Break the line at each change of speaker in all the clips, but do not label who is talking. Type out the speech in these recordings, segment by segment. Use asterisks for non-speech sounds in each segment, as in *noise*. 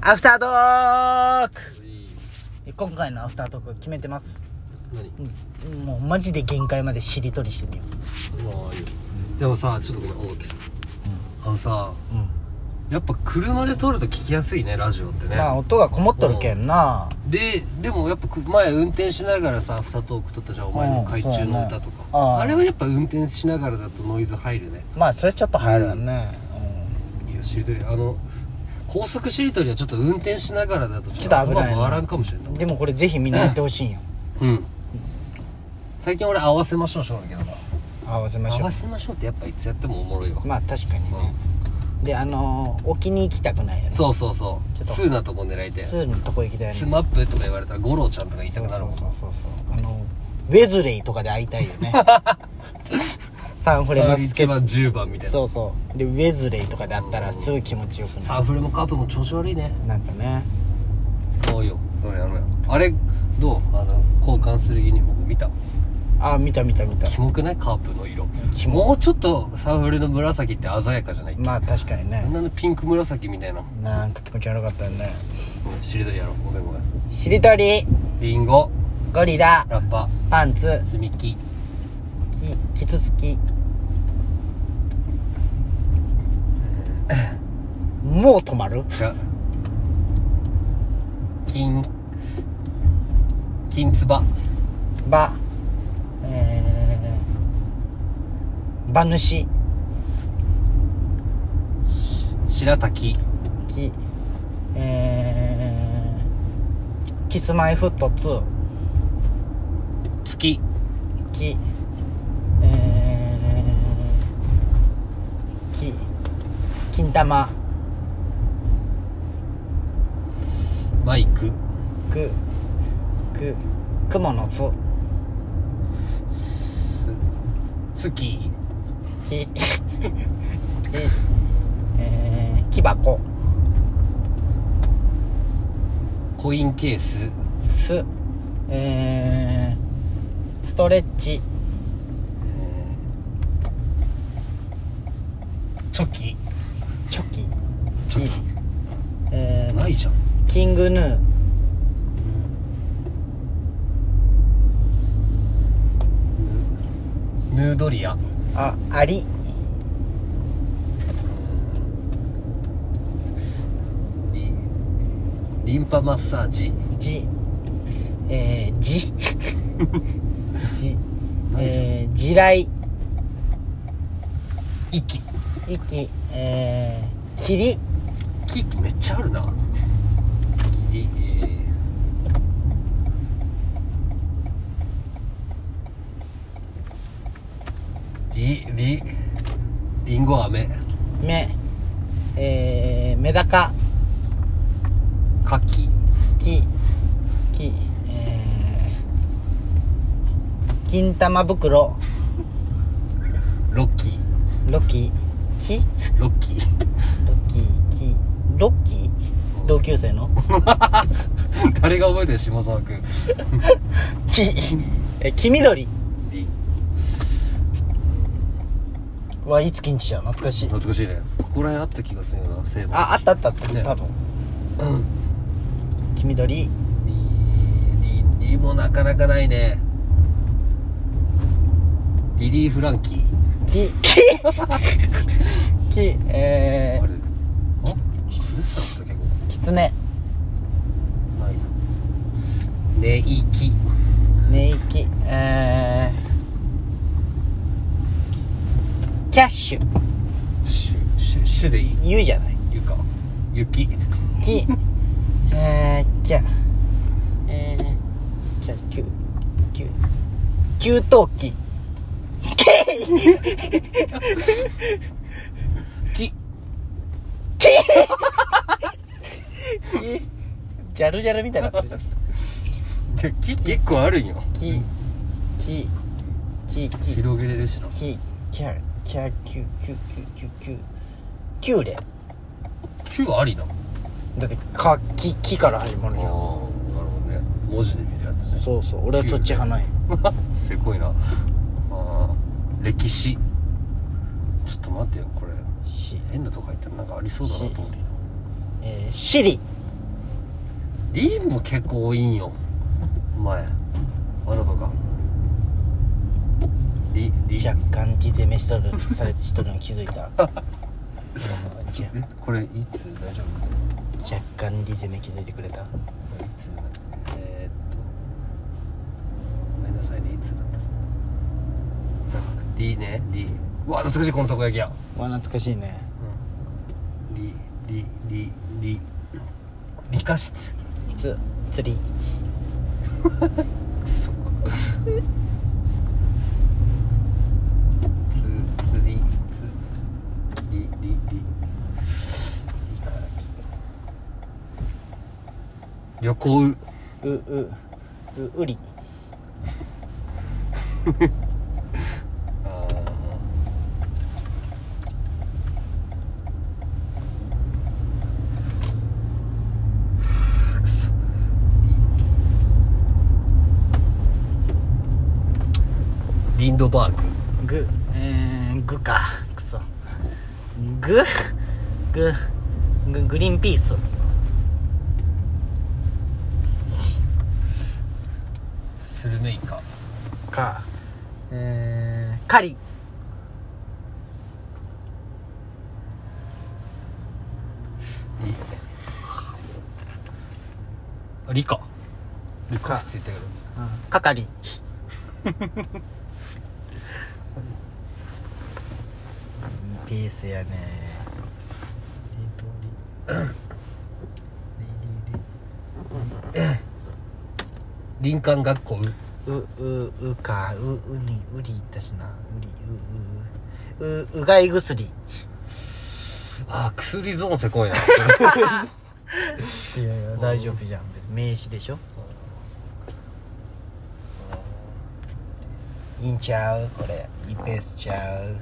アフタートーク今回のアフタートーク決めてます
何
うんもうマジで限界までしりとりしてみよ
まあいいよでもさちょっとごめん大きさんあのさ
う、
やっぱ車で撮ると聞きやすいねラジオってね、
まあ音がこもっとるけんな
ででもやっぱく前運転しながらさアフタートーク撮ったじゃんお前の海中の
うんそう
歌とか、
やね
あれはやっぱ運転しながらだとノイズ入るね
まあそれちょっと入るよね、
いやしりとりあの高速しりとりはちょっと運転しながらだと
ちょっと危ないな
頭回らんかもしれな
うん
い
でもこれぜひみんなやってほしいんよ
うん最近俺合わせましょうしょうだけどな
合わせまし
合
ょ
わせましょうってやっぱいつやってもおもろいわ、
うまあ確かに
う
ね
ん
であのー、置きに行きたくないよね
そうそうそ
ちょ
う
っと
通なとこ狙いて
ツーのとこ行きたいよね
スマップとか言われたら五郎ちゃんとか言い
そ
たく
う
なる
そ
も
うんそうそうそうあのウェズレイとかで会いたい
*laughs*
よねサンフレのスケ
1番10番みたいな
そうそうでウェズレイとかで会ったらすぐ気持ちよくな
サーフレもカープも調子悪いね
るなんかね
おいよどれやろうよあれどうあの交換するユニフォーム見た
あ見た見た見た
キモくないカープの色
キモ
もうちょっとサーフレの紫って鮮やかじゃない
まあ確かに
あん
ね
なのピンク紫みたいな
なんか気持ち悪かったよね
しりとりやろうごめんごめん
しりとり
リンゴ
ゴリラ
ラッパ
パンツ
積み
き
木
キツツキもう止まる
が金金つば
ばえー、馬主
白滝
きえー、キスマイフット2
月
きえー、き金玉
マイク
くく雲の巣
スキ
ききえー、木箱
ーコインケース
すえー、ストレッチ
チョキ
チョキ
チョキ
えー、
ないじゃん
キングヌー
ヌードリア
あアリ
リリンパマッサージ
じえー、
*laughs*
じじ
ないじゃん
えー、地雷
息
息えー、霧
キめっちゃあるなキリえーリリリンゴ飴
目えー、メダカ
カキ
ききえー、金玉袋
ロッキー
ロキき
ロッキー *laughs*
ロキきロッキー同級生の
誰が覚えてる下沢君
きえ黄緑
リ
はいつ禁止じゃん懐かしい
懐かしいねここら辺あった気がするよな成分
ああったあったあった、
ね
多分黄緑
リリリもなかなかないねリリー・フランキー
き、き、 *laughs* き、え
あれあフルーツだったっけここ
ー、きつね、
ない寝息
ねいき、えー、キャッシュ、
シュシュシュでいい
言うじゃない。
ゆか雪
き、えー、きゃ、えー、きゃ、きゅ、きゅ、給湯器、
き
き、ジャルジャルみたいになってるじゃん。
で木結構あるんよ
き、き、き、き、
広げれるしな
き、きゃ、きゃ、きゅ、きゅ、きゅ、きゅ、きゅ、きゅうれ。
9ありなあ
だって、か、き、きから始まる
あな
じゃん。
るほどね文字で見るやつね
そうそう俺はそっち派ない
すごいなあー歴史ちょっと待ってよこれ
し、
変なとこ入ってるなんかありそうだなと思ってきた
えー、シリ
リンも結構多いんよお前わざとかリリ
若干ディテメしとるされてしとるの気づい *laughs* たほんまじゃ
えこれいつ大丈夫
若干リズム気づいてくれた
いつだえー、っとごめんなさいねいつだった D ね D うわ懐かしいこのたこ焼き屋
わ懐かしいね
うんリリリリ理科室
つ釣り
くそつつりつりりり理科旅行う
ううううり
あーくそリンドバーグ
ぐえー、ぐかくそぐぐぐグリーンピース
スルメイカ
かえー、カリ
いいねあリカリ
カ
って言ったけど
うんかかりいいペースやね
リドリリリリ林間学校
うううかううにうりいったしなうりうううううがい薬
ああ薬ゾーンせこいな
いやいや大丈夫じゃん別に名詞でしょいいんちゃうこれいいペースちゃう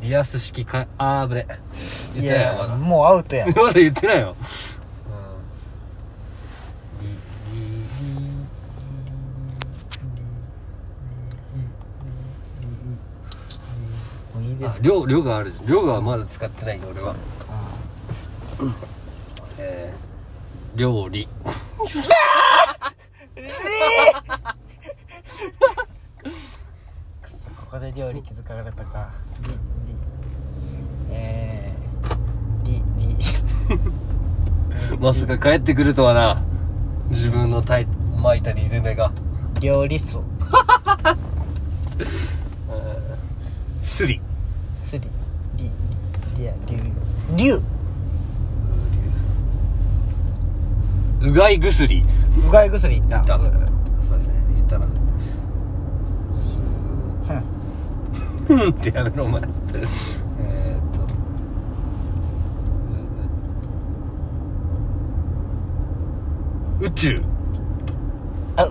リアス式かあーぶれ言ってないよまだ
もうアウトやん
まだ言ってないよ
もういいで
あ
す
量量がある量がまだ使ってないよ俺は
あ
えー、料理
くそここで料理気づかれたかりりえー、りり
まさか帰ってくるとはな自分のたい巻いたリズメが
*laughs* 料理酢
スリ
すりりりりゃりゅうりゅ
うがい薬
ううがい薬いった
だそうね言ったなうんってやめろお前えーっとうう宇宙
あう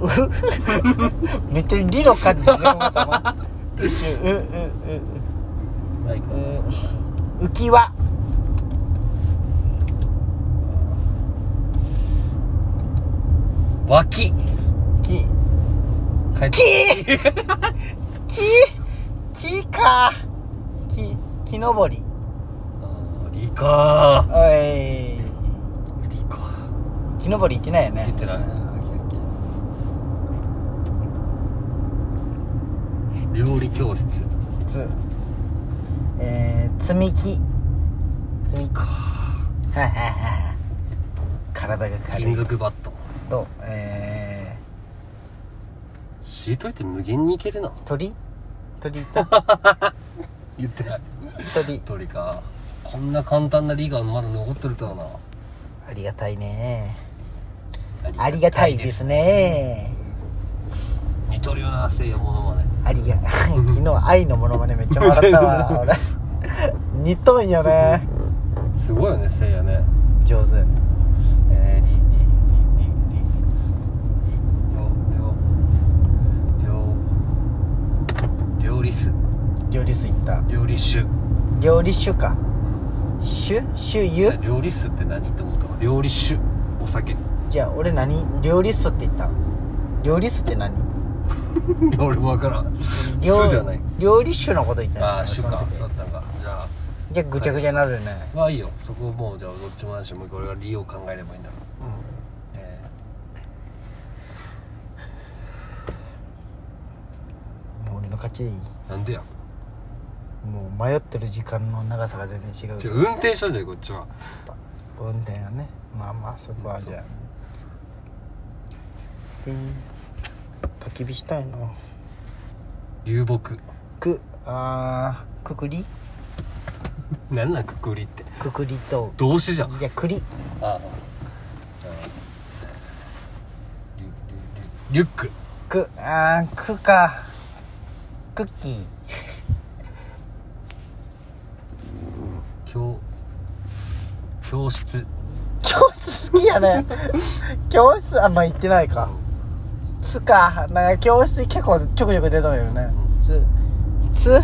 *laughs* めっちゃりの感じするもんたま宇宙うう
ないか
ううう浮き輪
脇
き
帰っ
き *laughs*
て
ききかき木登り
あー理科
おい
理科
木登り行ってないよね
行ってない
あーオッケーオッケー
料理教室
つえー、積み木積み木はいはいはいはい体が軽
金
い
属バット
とえ
知りといて無限にいけるな
ー、鳥鳥いた
言ってない
鳥
鳥かこんな簡単なリーガーまだ残ってるとはな
ありがたいねあ
あ
りがたいですね
似とるよな西洋ものまね
ありが昨日愛のものまねめっちゃ笑ったわ俺似とんよね
すごいよねせいやね
上手
えー、りりりりりり料料料料理す
料理酒いった
料理酒
料理酒か酒酒湯
料理酒って何って思ったわ料理酒お酒
じゃあ俺何料理酒って言った料理酒って何
俺もわからん酢じ
料
ゃない
料理酒のこと言った
ああ主
そ
か
の時
だったのかじゃあ
じゃあぐちゃぐちゃになるよね、
まあいいよそこもうじゃあどっちもなしもうこれは理由を考えればいいんだろううんえ
もう俺の勝ちでいい
ーなんでや
もう迷ってる時間の長さが全然違う
じゃあ運転しとんじゃんこっちは
運転はねまあまあそこはじゃあで焚き火したいな
流木
くあーくくり
なんなんくくりって
くくりと
動詞じゃん
じゃあ栗
ああリュリュリュリュック
くあーくかクッキー
教教室
教室好きやね教室あんま行ってないかつかなんか教室結構ちょくちょく出たのよねつつ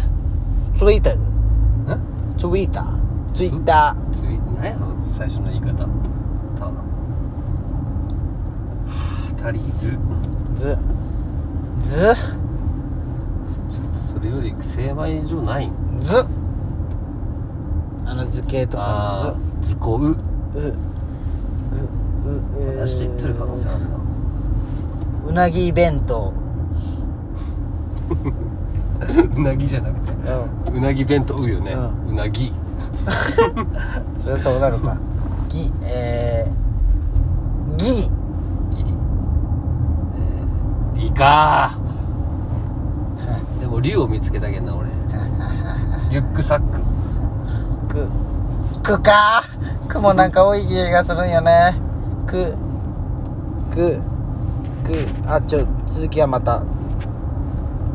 ツイッター
ん
ツイッターツイッタ
つい何やその最初の言い方たたりず
ーずず
それより精米以上ないん
ずあの図形とか
ーずこう
のずうううう
出していってる可能性あるな
うなぎ弁当
うなぎじゃなくて
うん
うなぎ弁当うよね、
う
うんなぎ
それはそうなのかぎえー、ギリ
ギリえー、リカーでも竜を見つけたけんな *laughs* 俺リュックサック
く、くかくもなんか多い気がするんよね。く、く、く、あ、ちょ、続きはまた。